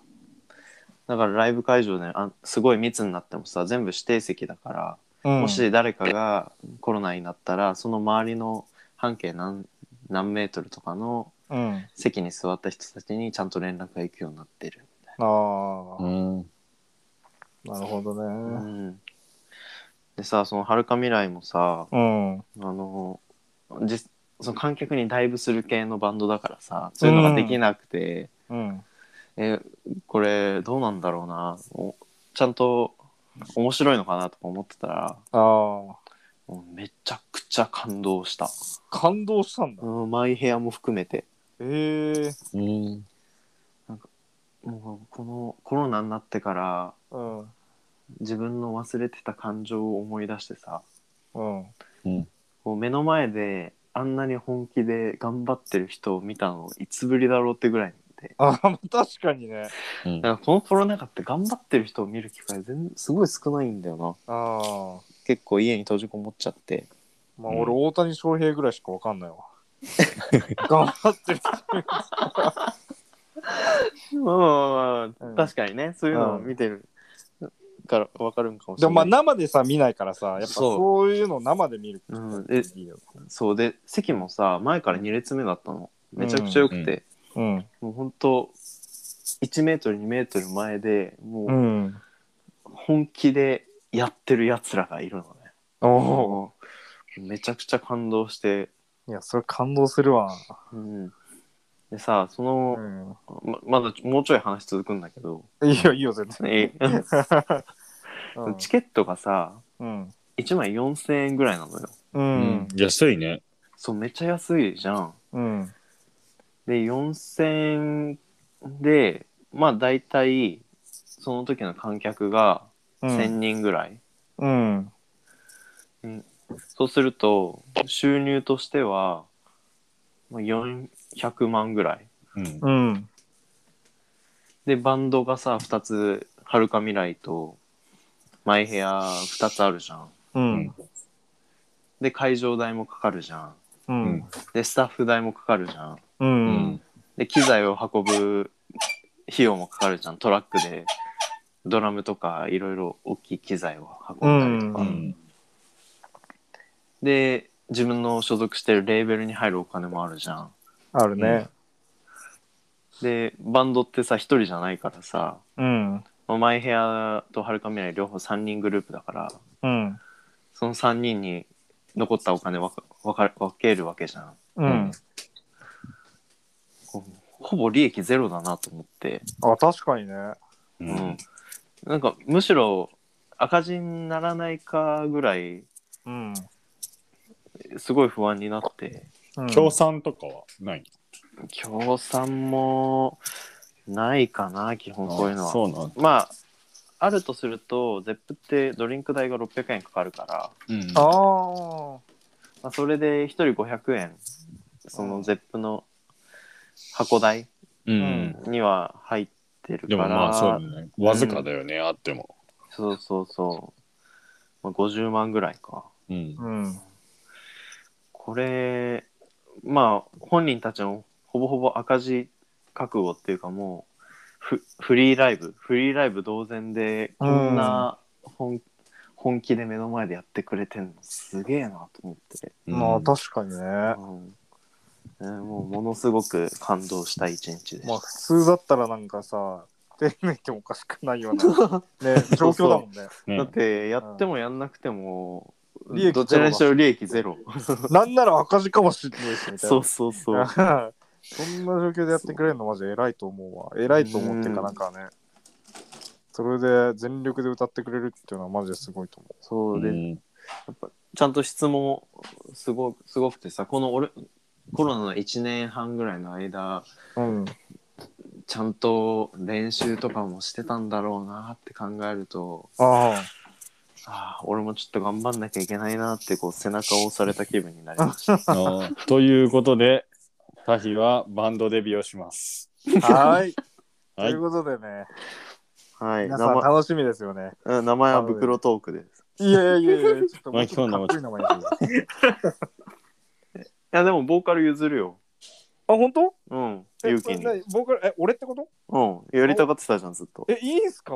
S2: だからライブ会場であすごい密になってもさ全部指定席だから、
S1: うん。
S2: もし誰かがコロナになったらその周りの半径何何メートルとかの
S1: うん。
S2: 席に座った人たちにちゃんと連絡が行くようになってるみたい
S1: ああ
S3: う。ん
S1: なるほど
S2: な。
S1: ね。
S2: うん、でさそのはるか未来もさ
S1: うん。
S2: あの実その観客にダイブする系のバンドだからさそういうのができなくて、
S1: うん。
S2: えこれどうなんだろうなおちゃんと面白いのかなとか思ってたら
S1: ああ。
S2: もうめちゃくちゃ感動した、
S1: 感動したんだ。
S2: うん、マイヘアも含めて
S1: ええ。
S3: うん
S2: もうこのコロナになってから
S1: うん。
S2: 自分の忘れてた感情を思い出してさ
S1: うん。
S2: こう目の前であんなに本気で頑張ってる人を見たのいつぶりだろうってぐらいで
S1: ああ、確かにね。
S3: うん
S2: だからこのコロナ禍って頑張ってる人を見る機会全然すごい少ないんだよな
S1: ああ。
S2: 結構家に閉じこもっちゃって
S1: まあ、
S3: うん
S1: 俺、大谷翔平ぐらいしかわかんないわ。頑張ってる。
S2: まあまあまあ、
S1: うん
S2: 確かにねそういうのを見てるから分かるんかもし
S1: で
S2: れ
S1: も、ま
S2: な
S1: あ、
S2: い、
S1: 生でさ、見ないからさ、やっぱ
S2: そう
S1: そういうのを生で見る。
S2: うん
S1: い
S2: え
S1: いよ。
S2: そうで席もさ前から2列目だったのめちゃくちゃ良くて、
S1: うん。
S2: もうほんと1メートル2メートル前で
S1: う。
S2: もうん本気でやってるやつらがいるのね、
S1: おお。
S2: もうめちゃくちゃ感動して、
S1: いや、それ感動するわ。
S2: うん、でさそうの、
S1: ん。
S2: ままだもうちょい話続くんだけど、
S1: いいよ、いいよ、 全然。
S2: え
S1: うん
S2: チケットがさ
S1: うん。
S2: 1枚4000円ぐらいなのよ
S1: う
S3: うん
S1: ん。
S3: 安いね。
S2: そうめっちゃ安いじゃん
S1: うん。
S2: で4000でまあ大体その時の観客が
S1: う
S2: 1,000
S1: ん。
S2: 人ぐらい、
S1: うん。
S2: そうすると収入としてはまあ400万ぐらい
S3: うん
S1: うん。
S2: でバンドがさ2つ「はるか未来」と「マイヘア」2つあるじゃん
S1: うん。
S2: で会場代もかかるじゃん
S1: うん。
S2: でスタッフ代もかかるじゃん
S1: う
S3: うんん。
S2: で機材を運ぶ費用もかかるじゃんトラックでドラムとかいろいろ大きい機材を運んだりとか、
S3: うん
S2: で自分の所属してるレーベルに入るお金もあるじゃん
S1: あるね。
S2: でバンドってさ1人じゃないからさ
S1: うん。
S2: まあマイヘアとハルカ未来両方3人グループだから
S1: うん。
S2: その3人に残ったお金わかわか分けるわけじゃん
S1: うん。
S2: こうほぼ利益ゼロだなと思って、
S1: あ、確かにね。
S3: う
S2: うんん、なんかむしろ赤字にならないかぐらい
S1: うん。
S2: すごい不安になって
S1: うん
S3: 協賛とかはない
S2: 協賛もないかな基本こういうのは
S3: そうなん
S2: まああるとすると ZEP ってドリンク代が600円かかるから、
S3: うん
S1: ああ。
S2: まあ、それで1人500円その ZEP の箱代
S3: うん
S2: には入ってるか
S3: で
S2: ら
S3: もまあそうだねわずかだよねあっても
S2: そうそうそう、まあ、50万ぐらいか
S3: うん
S1: うん。
S2: これまあ本人たちのほぼほぼ赤字覚悟っていうかもうフフリーライブフリーライブ同然でこんな本,、本気で目の前でやってくれてんのすげえなと思って、
S1: まあ、確かにね。
S2: うんえーもうものすごく感動した一日でした
S1: まあ、普通だったらなんかさ、手抜いてもおかしくないような、ね、状況だもんね。
S3: ね
S2: だってやってもやんなくても、
S1: 利益ゼロだ
S2: どちらにしろ利益ゼロ
S1: なんなら赤字かもしれないし、みたいな。
S2: そうそう
S1: そ
S2: そう
S1: んな状況でやってくれるのマジ偉いと思うわ。偉いと思っていうか
S2: うん
S1: なんかね。それで全力で歌ってくれるっていうのはマジですごいと思
S2: そうで、
S3: うん
S2: ちゃんと質問もすごすごくてさこの俺コロナの1年半ぐらいの間
S1: う。うん。
S2: ちゃんと練習とかもしてたんだろうなって考えると
S1: あ
S2: ああ俺もちょっと頑張んなきゃいけないなってこう背中を押された気分になりました
S3: あーということでタヒはバンドデビューをします
S1: あ。はい。と
S3: はいいう
S1: ことでね、
S2: はい
S1: 皆
S2: 名
S1: さん
S2: 前
S1: 楽しみですよね。
S2: うん名前は袋トークです
S1: いやいやいや、ちょっとも
S3: まあ
S1: うちょっとかっこいい名前にしてください
S2: いやでもボーカル譲るよ
S1: あ、本当
S2: うん
S1: え
S2: ゆうきに
S1: これ何僕ら、え、俺ってこと
S2: うんやりたがってたじゃんずっと
S1: え、いいんすか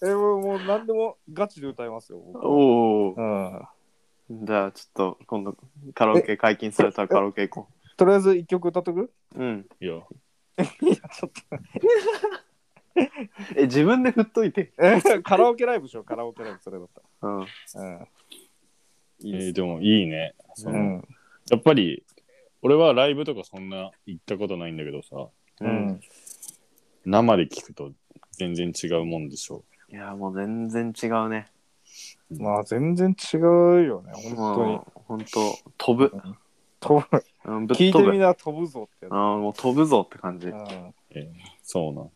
S1: え、もうもう何でもガチで歌いますよ。僕
S2: おお
S1: うん。
S2: じゃあちょっと今度カラオケ解禁されたらカラオケ行こと
S1: りあえず一曲歌っとく
S2: ううん
S3: いよ
S2: え自分で振っといて
S1: え、 カラオケライブしよう、カラオケライブ、それだっ
S2: うん
S1: たら。うん。
S3: え
S1: いいです
S3: ーでもいいねその
S1: うん。
S3: やっぱり俺はライブとかそんな行ったことないんだけどさ
S2: うん
S3: 生で聞くと全然違うもんでしょ
S2: いやもう全然違うね。
S1: まあ全然違うよね、本
S2: もう本当飛ぶ
S1: 当、に。飛ぶ
S2: うん、ぶっ
S1: 聞いて
S2: 飛ぶ。
S1: みな飛ぶぞってや
S2: あーもう飛ぶぞって感じ。
S1: つ。うん
S3: そうなん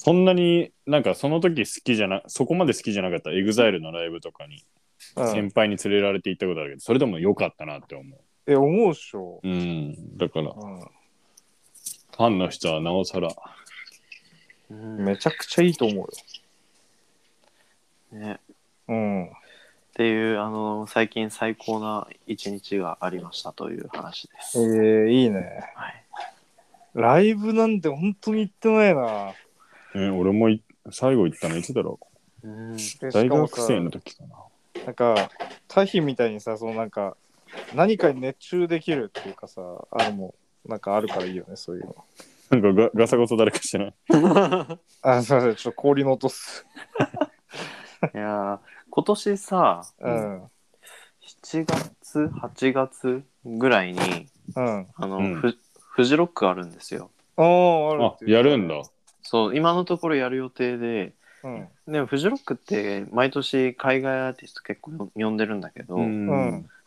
S3: そんなになんかその時好きじゃなそこまで好きじゃなかったエグザイルのライブとかに
S1: うん
S3: 先輩に連れられて行ったことあるけどそれでも良かったなって思
S1: え、思うっしょ。
S3: ううんだからフ
S1: うん
S3: ァンの人はなおさら
S2: うん
S1: めちゃくちゃいいと思うよ。
S2: ね、
S1: うん。
S2: っていうあの最近最高な一日がありましたという話で
S1: え
S2: す。
S1: ー、いいね。
S2: はい、
S1: ライブなんて本当に行ってないな。
S3: え俺もい最後行ったのいつだろ
S2: うん
S1: で
S3: う
S1: し
S3: 大
S1: かも
S3: 学
S1: さ、
S3: 生の時かな
S1: なんか、タヒみたいにさ、そのなんか、何かに熱中できるっていうかさ、あるもん、なんかあるからいいよね、そういうの。
S3: なんかガガサゴソ誰かしてない
S1: あ、すいません、ちょっと氷の音っす。
S2: いやー今年さ
S1: うん。
S2: 7月8月ぐらいに
S1: うん。
S2: あの、
S3: うん
S2: フフジロックあるんですよ。
S1: おー、ある
S3: あ
S1: っていう
S3: やるんだ。
S2: そう今のところやる予定で。
S1: うん。
S2: でもフジロックって毎年海外アーティスト結構呼んでるんだけど、
S1: ん
S2: ま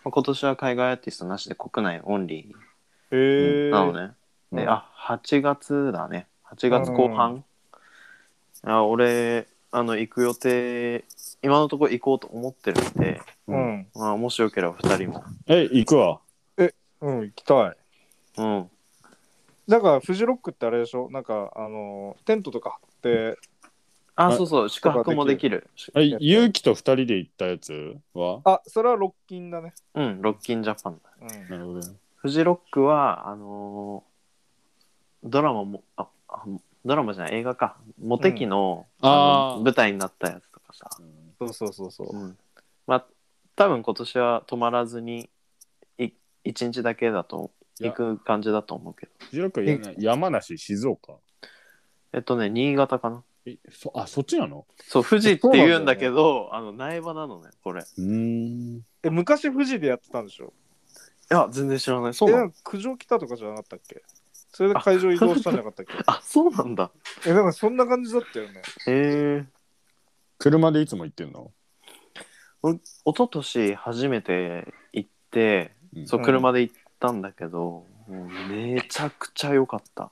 S2: あ今年は海外アーティストなしで国内オンリ
S1: へ
S2: ー
S1: え。
S2: なのね。で、あ、8月だね。8月後半。あ俺、あの、行く予定、今のところ行こうと思ってるんで、
S1: うん。
S2: まあ、もしよければ2人も。
S3: え、行くわ。
S1: うん、行きたい。
S2: うん。
S1: なんか、フジロックってあれでしょなんか、あの、テントとか張って、
S2: あ、
S3: あ
S2: そうそう、宿泊もできる。
S3: え、ゆうきと二人で行ったやつは
S1: あ、それはロッキンだね。
S2: うん、ロッキンジャパン。
S1: うん。
S3: なるほどね。
S2: フジロックは、あのードラマも、あ、あドラマじゃない、映画か。モテキの,、
S3: うん
S2: あの
S3: あー
S2: 舞台になったやつとかさ。
S1: そうそうそうそう。
S2: うん、まあ多分今年は泊まらずにい一日だけだと
S3: いや
S2: 行く感じだと思うけど
S3: 藤岡やな山梨、静岡。
S2: えっとね新潟かな
S3: え、そあ、そっちなの
S2: そう富士って言うんだけどあの苗場なのねこれい
S3: うん。
S1: え、昔富士でやってたんでしょ
S2: や全然知らないそ
S1: え、
S2: う
S1: な
S2: なんん
S1: か苦情来たとかじゃなかったっけそれで会場移動したんじゃなかったっけ
S2: あそうなんだ
S1: え、なんかそんな感じだったよね。
S2: へえ
S3: 車でいつも行ってんの、
S2: 一昨年初めて行って
S3: うん
S2: そう
S1: うん
S2: 車で行ったんだけど、もうめちゃくちゃ良かった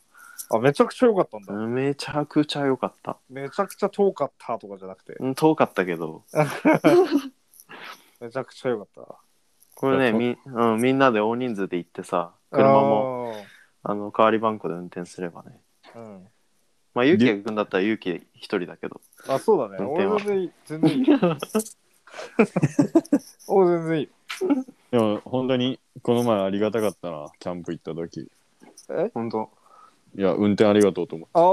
S1: あ、めちゃくちゃ良かったんだ。
S2: めちゃくちゃ良かった
S1: めちゃくちゃ遠かったとかじゃなくて、
S2: うん遠かったけど
S1: めちゃくちゃ良かった。
S2: これねみ,、うん、みんなで大人数で行ってさ車も
S1: も。
S2: あの代わりバンコで運転すればね。
S1: うん。
S2: まあ、ゆうきが行くんだったらゆうき一人だけど。
S1: あ、そうだね。
S2: 運
S1: 俺
S2: 転は
S1: 全然全 然いい。俺全然いい。
S3: でも本当にこの前ありがたかったなキャンプ行った時
S1: え
S2: 本当。
S3: いや運転ありがとうと思って
S1: ああ。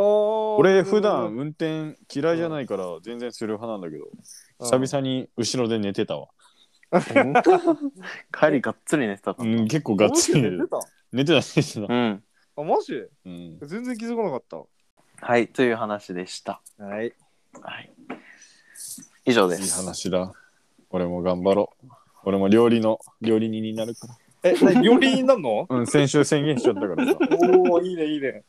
S3: 俺普段、運転嫌いじゃないから全然する派なんだけど、久々に後ろで寝てたわ、
S2: 帰りがっつり寝てたか
S3: う
S2: ら。
S3: ん、結構ガッツリ寝
S1: 出
S3: てた
S1: た。
S3: 寝てた寝てた
S2: う、ん。
S1: あ、マジ
S3: うん、
S1: 全然気づかなかった。
S2: はい、という話でした。
S1: はい。
S2: はい。以上で
S3: いい
S2: す。
S3: 話だ俺も頑張ろう俺も料理の料理人になるか
S1: え、何料理人になんの
S3: ら、うん、先週宣言しちゃったから さ
S1: おおいいね、いいね。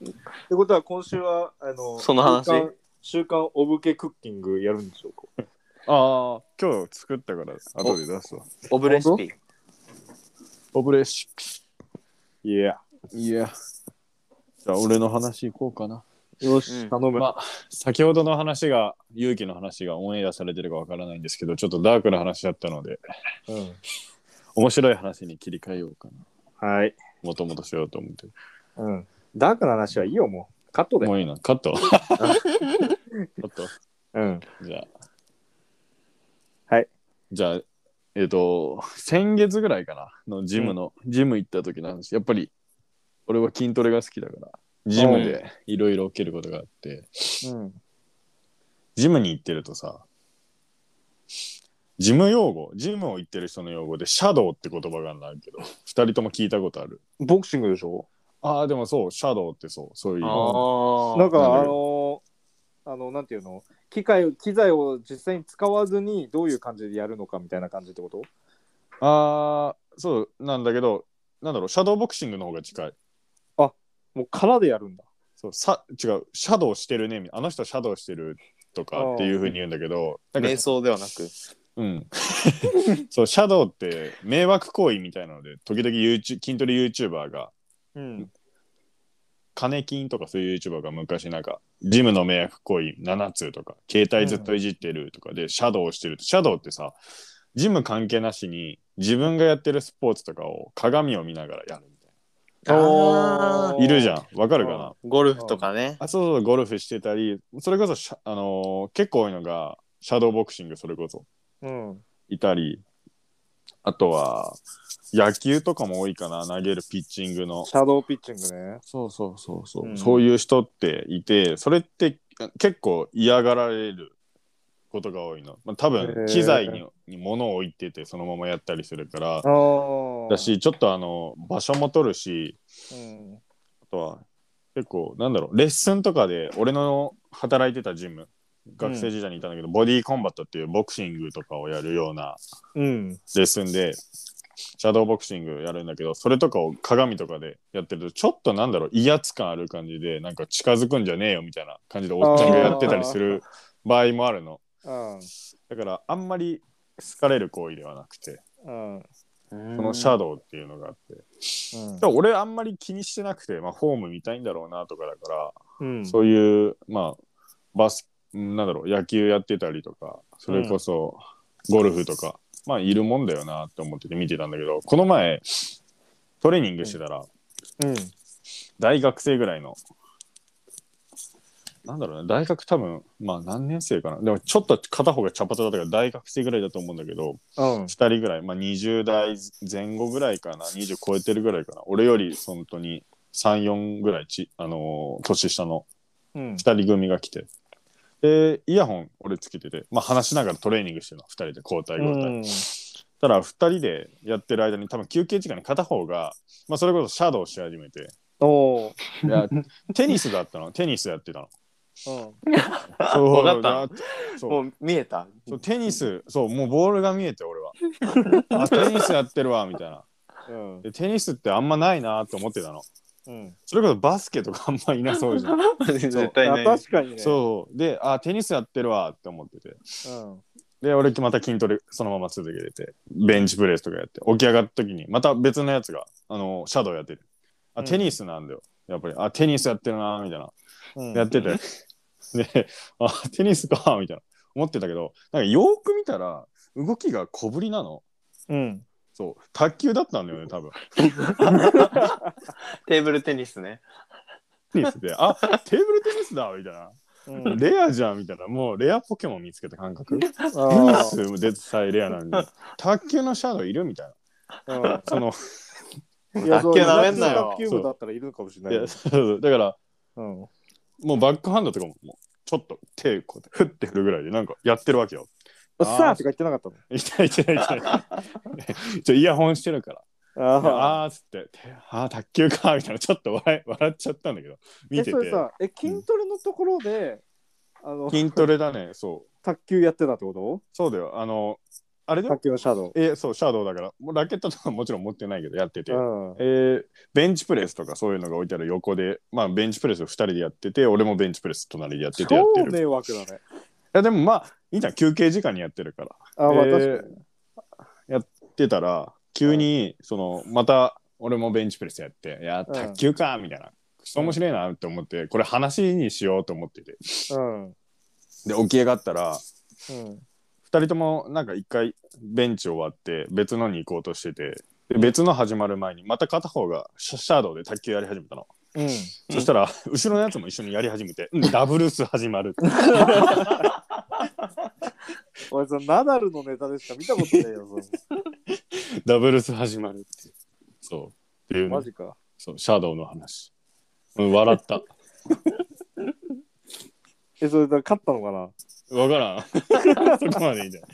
S1: ってことは今週は、あの、
S2: その話
S1: 週刊週刊オブケクッキングやるんでしょうか
S3: ああ今日作ったから後で出すわ
S2: オブレシピ。
S3: オブレシックス
S1: いや。
S3: いやじゃあ俺の話行こうかな
S1: よ
S2: う
S1: し、
S2: ん
S1: 頼む。
S3: まあ先ほどの話が勇気の話がオンエアされてるかわからないんですけどちょっとダークな話だったので
S1: うん
S3: 面白い話に切り替えようかな
S1: はい。
S3: もともとしようと思って
S1: うん。ダークな話はいいよ、もう。カットで
S3: も。ういいなカ ットカット
S1: うん。
S3: じゃあ
S1: はい
S3: じゃあえっ、と先月ぐらいかなのジムの、ジム行った時の話やっぱり俺は筋トレが好きだからジムでいろいろ起きることがあって、
S1: うん。
S3: ジムに行ってるとさ、ジム用語、ジムを行ってる人の用語で、シャドウって言葉があるんだけど、二人とも聞いたことある。
S1: ボクシングでしょ
S3: ああ、でもそう、シャドウってそう、そういう。
S2: あ
S1: なん
S3: なるほ
S1: か
S3: ど
S1: あのーあのなんていうの機械機材を実際に使わずにどういう感じでやるのかみたいな感じってこと
S3: ああ、そうなんだけど、なんだろう、シャドウボクシングの方が近い。
S1: もう空でやるんだ。
S3: そうさ違う、シャドウしてるね、みあの人シャドウしてるとかっていうふうに言うんだけど、
S2: あ。
S3: なんか
S2: 瞑想ではなく。
S3: うん、 そう、シャドウって迷惑行為みたいなので、時々 YouTube 筋トレ YouTuber が
S1: うん。
S3: 金金とかそういう YouTuber が昔なんかジムの迷惑行為7つとか携帯ずっといじってるとかでシャドウをしてるシャドウってさジム関係なしに自分がやってるスポーツとかを鏡を見ながらやるみたい
S1: お
S2: あー
S1: ー
S3: ないるじゃんわかるかな
S2: ゴルフとかね。
S3: あそうそうゴルフしてたりそれこそシャあのー結構多いのがシャドーボクシングそれこそ
S1: うん。
S3: いたりあとは野球とかも多いかな投げるピッチングの
S1: シャドーピッチングね。
S3: そうそうそうそう、
S1: うん
S3: そういう人っていてそれってあ結構嫌がられることが多いの、まあ、多
S1: へ
S3: 分
S1: ー
S3: 機材にに物を置いててそのままやったりするから
S1: ああ。
S3: だ、しちょっとあの場所も取るし
S1: うん。
S3: あとは結構なんだろうレッスンとかで俺の働いてたジム学生時代にいたんだけど、ボディーコンバットっていうボクシングとかをやるような
S1: うん。
S3: レッスンでシャドーボクシングやるんだけどそれとかを鏡とかでやってるとちょっとなんだろう威圧感ある感じでなんか近づくんじゃねえよみたいな感じでおっちゃんがやってたりする場合もあるの
S1: うん。
S3: だからあんまり好かれる行為ではなくて
S1: うん。
S2: そ
S3: そのシャドウっていうのがあって、でも俺あんまり気にしてなくて、まあ、フォーム見たいんだろうなとかだか
S1: う
S3: ら、
S1: ん。
S3: そういうまあバスなんだろう野球やってたりとかそれこそゴルフとか、まあいるもんだよなって思ってて見てたんだけどこの前トレーニングしてたら、
S1: うん。
S3: 大学生ぐらいのなんだろうね大学多分まあ何年生かなでもちょっと片方が茶髪だったから大学生ぐらいだと思うんだけど、
S1: うん。
S3: 2人ぐらい、まあ、20代前後ぐらいかな20超えてるぐらいかな俺より本当に34ぐらいち、あのー年下の
S1: うん。
S3: 2人組が来てでイヤホン俺つけてて、まあ、話しながらトレーニングしてるの2人で交代交代、ただ2人でやってる間に多分休憩時間に片方が、まあ、それこそシャドウし始めて
S1: お
S3: いや テニスだったのテニスやってたの
S1: ー
S3: そう
S2: わか
S3: ったそう
S2: もう見えた
S3: そうテニスそうもうボールが見えて 俺はあテニスやってるわみたいな
S1: うん。うん。
S3: でテニスってあんまないなと思ってたの
S1: うん。
S3: それこそバスケとかあんまいなそうじ ゃん
S2: 絶対ない
S1: あ確かにね。
S3: そうであテニスやってるわって思ってて
S1: うん。
S3: で俺また筋トレそのまま続けててベンチプレスとかやって起き上がった時にまた別のやつがあのシャドウやってる
S1: う
S3: あ
S1: ん
S3: テニスなんだよ、やっぱりあテニスやってるなみたいな
S1: うん。
S3: やってて、であテニスかみたいな思ってたけどなんかよーく見たら動きが小ぶりなの
S1: うん。
S3: そう卓球だったんだよね多分
S2: テーブルテニスね
S3: テニスであテーブルテニスだみたいな
S1: うん。
S3: レアじゃんみたいな、もうレアポケモン見つけた感覚。テニ
S1: あ
S3: スも絶対レアなんで、卓球のシャドウいるみたいな。
S1: ー
S3: その、
S1: うん。
S2: 卓球なめんなよ
S1: 卓球部だったらいるのかも しれないい
S3: や。そうそうだから、
S1: うん。
S3: もうバックハンドとかも、もうちょっと手こうやって、ふって振るぐらいで、なんかやってるわけよ。 あー
S1: さあとか言ってなかったの
S3: 痛い痛い 痛い痛い。ちょ、イヤホンしてるから。
S1: ああ。
S3: あーっつって、手あー、卓球かみたいな、ちょっと笑い笑っちゃったんだけど、見
S1: え、
S3: て
S1: それ
S3: て。
S1: さ、え、筋トレのところで、あの、
S3: 筋トレだね、そう。
S1: 卓球やってたってこと
S3: そうだよ。あの、あれだ
S1: 卓球
S3: よ。
S1: のシャドウ。
S3: え、そう、シャドウだから、もうラケットとかもちろん持ってないけど、やってて。
S1: うん。
S3: えーベンチプレスとかそういうのが置いてある横で、まあ、ベンチプレスを2人でやってて俺もベンチプレス隣でやっててやって
S1: 超
S3: る、い
S1: 迷惑だね。
S3: やでもまあいいじゃん休憩時間にやってるから
S1: あ、まあ
S3: えー
S1: 確かに。
S3: やってたら急にそのまた俺もベンチプレスやって「いや
S1: うん
S3: 卓球か」みたいな「クソ面白いな」って思ってこれ話にしようと思ってて
S1: うん。
S3: で起き上がったら
S1: うん。
S3: 2人ともなんか1回ベンチ終わって別のに行こうとしててで別の始まる前にまた片方がシャシャドウで卓球やり始めたの。
S1: うん。
S3: そしたら、後ろのやつも一緒にやり始めて、うんダブルス始 まるって。
S1: 俺さ、ナダルのネタでしか見たことないよ。
S3: ダブルス始まるっていう。そう。ってい
S1: そうマ
S3: ね、
S1: ジか。
S3: そう、シャドウの話。うん、笑った。
S1: え、それだから勝ったのかな
S3: わからん。そこまでいいじゃん。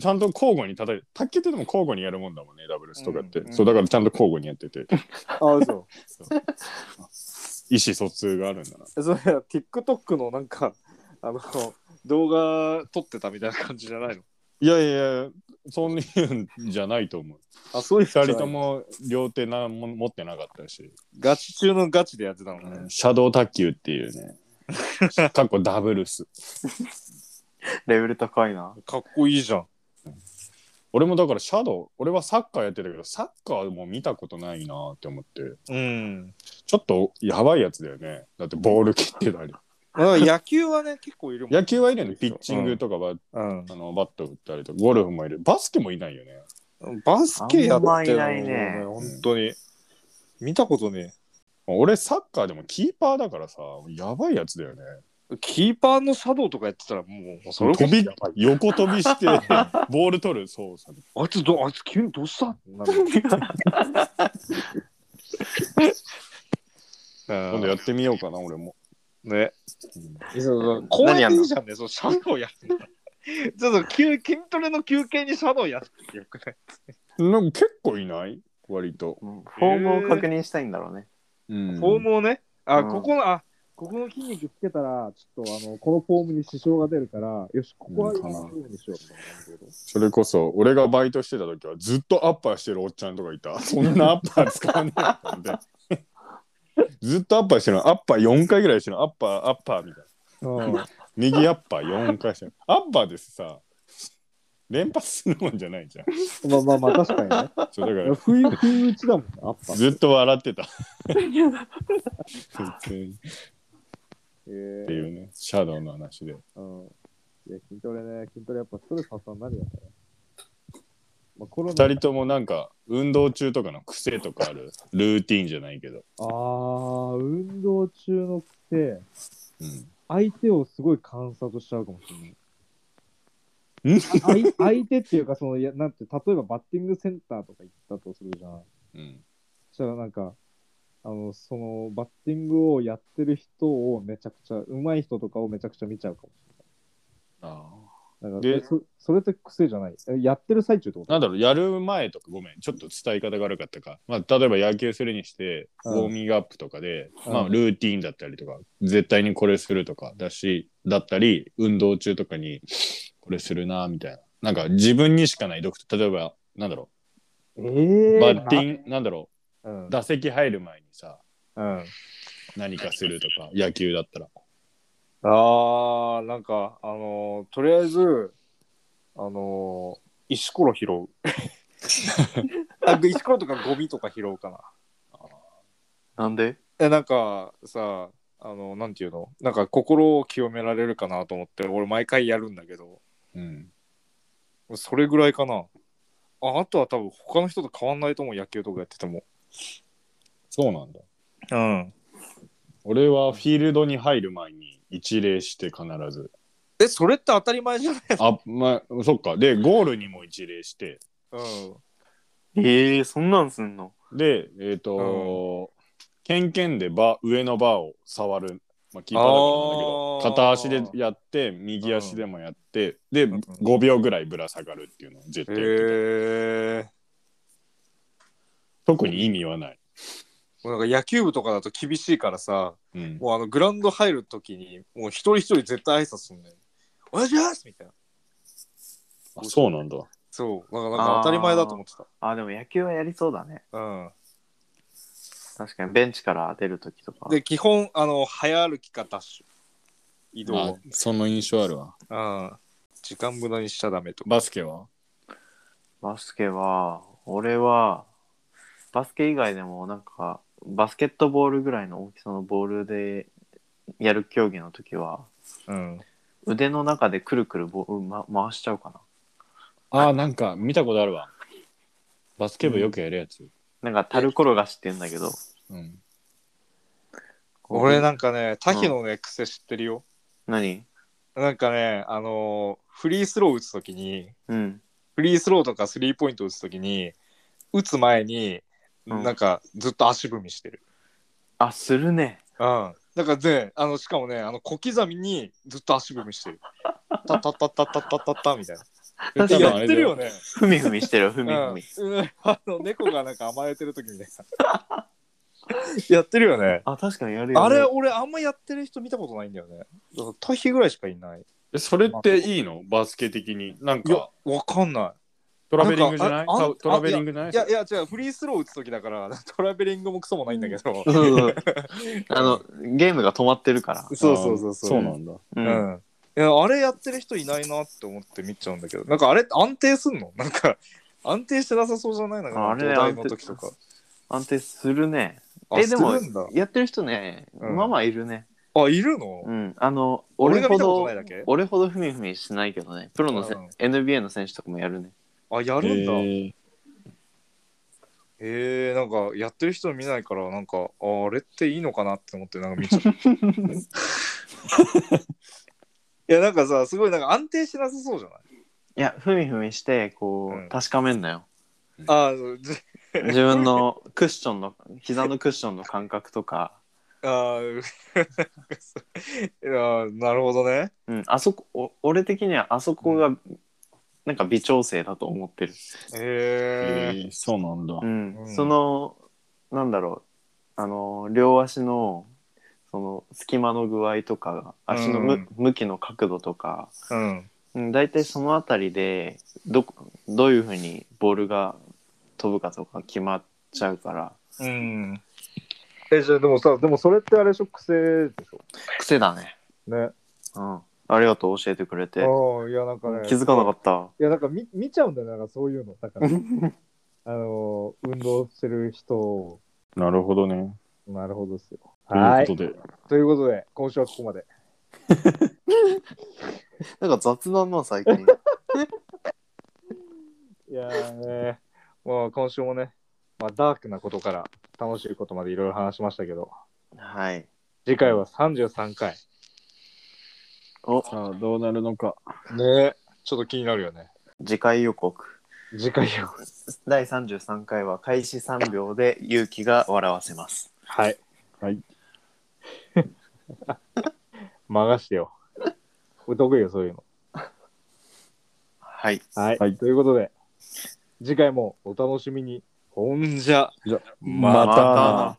S3: ちゃんと交互に叩いて、卓球ってでも交互にやるもんだもんね、ダブルスとかって。
S1: うんうん
S3: そう、だからちゃんと交互にやってて、
S1: あ、嘘。
S3: 意思疎通があるんだな。
S1: え、それ TikTok のなんか、 あの、動画撮ってたみたいな感じじゃ ないの
S3: いやいやいや、そういうんじゃないと思う。
S1: あ、そういう
S3: 二人とも両手なんも持ってなかったし。
S1: ガチ中のガチでやってたの
S3: う
S1: ね
S3: ん。シャドウ卓球っていうね。かっこダブルス。
S2: レベル高い な
S1: かっこいいじゃん。
S3: 俺もだからシャドウ、俺はサッカーやってたけど、サッカーも見たことないなって思って、
S1: うん。
S3: ちょっとやばいやつだよね。だってボール切ってたり。
S1: 野球はね、結構いるもん。
S3: 野球はいるよね。ピッチングとかバ,、
S1: うん
S3: あ。のバット打ったりとか、ゴルフもいる。バスケもいないよね。
S1: バスケやって
S2: あんまいないね
S1: 本当に。見たことね
S3: 俺サッカーでもキーパーだからさ、やばいやつだよね。
S1: え。キーパーのシャドウとかやってたらもう、それこ
S3: 飛
S1: そ
S3: び、横飛び して、ボール取る操作。
S1: あいつど、あいつ急にどうしたなんか
S3: 今度やってみようかな、俺も。
S1: ね。そうそう
S2: 公園でいい
S1: じゃんね、そう、シャドウやってた。ちょっと休筋トレの休憩にシャドウやってよくない
S3: なんか結構いない割と。
S2: うんフォームを確認したいんだろうね、
S3: うん
S1: フォームをね、あ、
S2: うん
S1: ここの、あ、ここの筋肉つけたら、ちょっとあの、このフォームに支障が出るから、よし、ここは
S3: うん
S1: フ
S3: か
S1: ォ
S3: な
S1: ームにしようみたい
S3: それこそ俺がバイトしてた時はずっとアッパーしてるおっちゃんとかいたそんなアッパー使わねえよみたいな ずっとアッパーしてるのアッパー4回ぐらいしてるのアッパーアッパーみたい
S1: な。うん
S3: 右アッパー4回戦。アッパーですさ、連発するもんじゃないじゃん。
S1: まあまあまあ、確かにね。
S3: そうだか
S1: 不意不意打ちだもんね、アッパ
S3: ら、
S1: ー。
S3: ずっと笑ってた。普通にっ
S1: え
S3: て
S1: ー
S3: いうね、シャドウの話で。
S1: うん、いや筋トレね、筋トレやっぱストレス発散になるよね。まあ、コロナ
S3: 2人ともなんか、運動中とかの癖とかある。ルーティンじゃないけど。
S1: ああ、運動中の癖、
S3: うん。
S1: 相手をすごい観察しちゃうかもしれ
S3: ん
S1: ない。あい相手っていうか、そのいやなんて例えばバッティングセンターとか行ったとするじゃん。
S3: うん、
S1: そしたらなんか、あのそのバッティングをやってる人をめちゃくちゃ、上手い人とかをめちゃくちゃ見ちゃうかもし
S3: あ
S1: れない。だから
S3: で
S1: そそれって癖じゃない。えやってる最中ってこと
S3: なんだろう、やる前とか、ごめん、ちょっと伝え方が悪かったか。まあ、例えば野球するにして、
S1: う
S3: ウ
S1: ん
S3: ォーミングアップとかで、
S1: うん
S3: まあ、ルーティンだったりとか、絶対にこれするとかだし、だったり、運動中とかに、これするな、みたいな。なんか、自分にしかない独特、例えば、なんだろ
S1: え
S3: う、
S1: ー
S3: バッティング、なんだろ
S1: うん
S3: う、打席入る前にさ、
S1: うん。
S3: 何かするとか、野球だったら。
S1: あー、なんか、あのーとりあえず、あのー石ころ拾 う。あ石ころとかゴミとか拾うかな。
S2: なんで
S1: え、なんかさ、あのなんていうのなんか心を清められるかなと思って、俺毎回やるんだけど、
S3: うん。
S1: それぐらいかな。ああとは多分他の人と変わんないと思う、野球とかやってても。
S3: そうなんだ。
S1: うん。
S3: 俺はフィールドに入る前に一礼して必ず。
S1: え、それって当たり前じゃない
S3: あ、まあ、そっか。で、ゴールにも一礼して、
S1: うん。
S2: ええそんなんすんの
S3: で、えっ、と、けんけんでバー上のバーを触る、まあ、キーパーだからなんだけど、
S1: あー
S3: 片足でやって、右足でもやって、で、
S1: ん
S3: 5秒ぐらいぶら下がるっていうのを絶
S1: へ
S3: 対やってた
S1: えー。
S3: 特に意味はない。
S1: もうなんか野球部とかだと厳しいからさ、
S3: うん、
S1: もうあのグラウンド入るときに、もう一人一人絶対挨拶するんだよ。お願いしますみたいな。
S3: あそうなんだ。
S1: そう。なんかなんか当たり前だと思ってた。
S2: あでも野球はやりそうだね
S1: うん。
S2: 確かにベンチから出る時とか
S1: で、基本、あの、早歩きかダッシュ。移
S3: あ
S1: 動。
S3: その印象あるわ。
S1: うん。時間無駄にしちゃダメとか。
S3: バスケは
S2: バスケは俺はバスケ以外でもなんかバスケットボールぐらいの大きさのボールでやる競技の時は
S1: うん。
S2: 腕の中でくるくるボール、ま、回しちゃうか
S3: あー、なんか見たことあるわ。バスケ部よくやるやつ。
S2: ななんか樽転がしって言うんだけど
S3: うん。
S1: 俺なんかね、タヒのね、癖知ってるよ。
S2: 何
S1: なんかね、あのーフリースロー打つときに、
S2: うん
S1: フリースローとかスリーポイント打つときに、打つ前に、
S2: うん
S1: なんかずっと足踏みしてる。
S2: あするね
S1: うん。だからね、あの、しかもね、あの、小刻みにずっと足踏みしてる。タッタッタッタッタッタッタッタみたい
S3: 多
S1: な。
S3: 分あ
S1: やっ
S3: れ
S1: て
S3: だ
S1: るよ
S3: よ
S1: ね。
S2: ふみふみ してるふ
S1: う
S2: みふ
S1: ん
S2: み、
S1: うんあの猫がなんか甘えてる時みたいな。やってるよね。
S2: あ確かにやるよ、ね、
S1: あれ、 俺、あんまやってる人見たことないんだよね。だからタヒぐらいしかいない。
S3: えそれっていいのバスケ的に。なん
S1: いや
S3: か、、
S1: わかんな
S3: トラベリングじゃな
S1: ないんかああ
S3: トトラベリングじゃない
S1: い。いや、いや、違う、フリースロー打つ時だから、トラベリングもクソもないんだけど。
S2: そうそうあのゲームが止まってるから
S1: そうそうそうそう。
S3: そうなんだ。
S2: う、
S1: うんんいやあれやってる人いないなって思って見ちゃうんだけどなんかあれって安定すんのなんか安定してなさそうじゃないなんか
S2: あれ
S1: 東大の時とか
S2: 安定するね
S1: あ
S2: えでも
S1: するんだ
S2: やってる人ね、
S1: うん
S2: まあまあいるね
S1: あいるの、
S2: うんあの
S1: 俺
S2: 俺
S1: が見
S2: ほ
S1: たこ
S2: ど
S1: とないだけ
S2: 俺ほどふみふみしないけどねプロのせ、
S1: うん
S2: NBA の選手とかもやるね
S1: あやるんだ
S3: え
S1: へ
S3: ー
S1: えなんかやってる人見ないからなんかああれっていいのかなって思ってなんか見ち ゃったいやなんかさすごいなんか安定してなさそうじゃない
S2: いやふみふみしてこう、
S1: うん
S2: 確かめんなよ
S1: あそうじ
S2: 自分のクッションの膝のクッションの感覚とか、
S1: あ ーいやなるほどね
S2: うん、あそこお俺的にはあそこが、なんか微調整だと思ってる、
S1: へえ
S3: えーそうなんだ。
S2: うん
S1: うん
S2: そのなんだろうあの両足のその隙間の具合とか足のむ、
S1: うん
S2: 向きの角度とか、
S1: うん
S2: うん、大体その辺りでどこどういうふうにボールが飛ぶかとか決まっちゃうから
S1: うんえじゃあでもさでもそれってあれでしょ癖でしょ
S2: 癖だね、
S1: ね
S2: うん、ありがとう、教えてくれて。
S1: ああ、いや、なんかね、
S2: 気づかなか
S1: っ
S2: った。
S1: た。いや、なんか見見ちゃうんだよね、なんかそういうの。だから、あの、運動してる人を、
S3: なるほどね。
S1: なるほどですよ。
S3: と
S1: はいいう
S3: こ。とで、
S1: ということで、今週はここまで。
S2: なんか雑だな、最近。
S1: いやーね、もう今週もね、まあ、ダークなことから楽しいことまでいろいろ話しましたけど、
S2: はい。
S1: 次回は33回。
S2: お、
S3: さあどうなるのか。
S1: ねちょっと気になるよね。
S2: 次回予告。
S1: 次回よ。
S2: 第33回は開始3秒で勇気が笑わせます。
S1: はい。
S3: はい。
S1: 任してよ。俺得意よ、そういうの。
S2: はい。
S1: はい。
S3: はい
S1: ということで、次回もお楽しみに。ほんじゃ、
S3: じゃ
S1: ま
S2: たな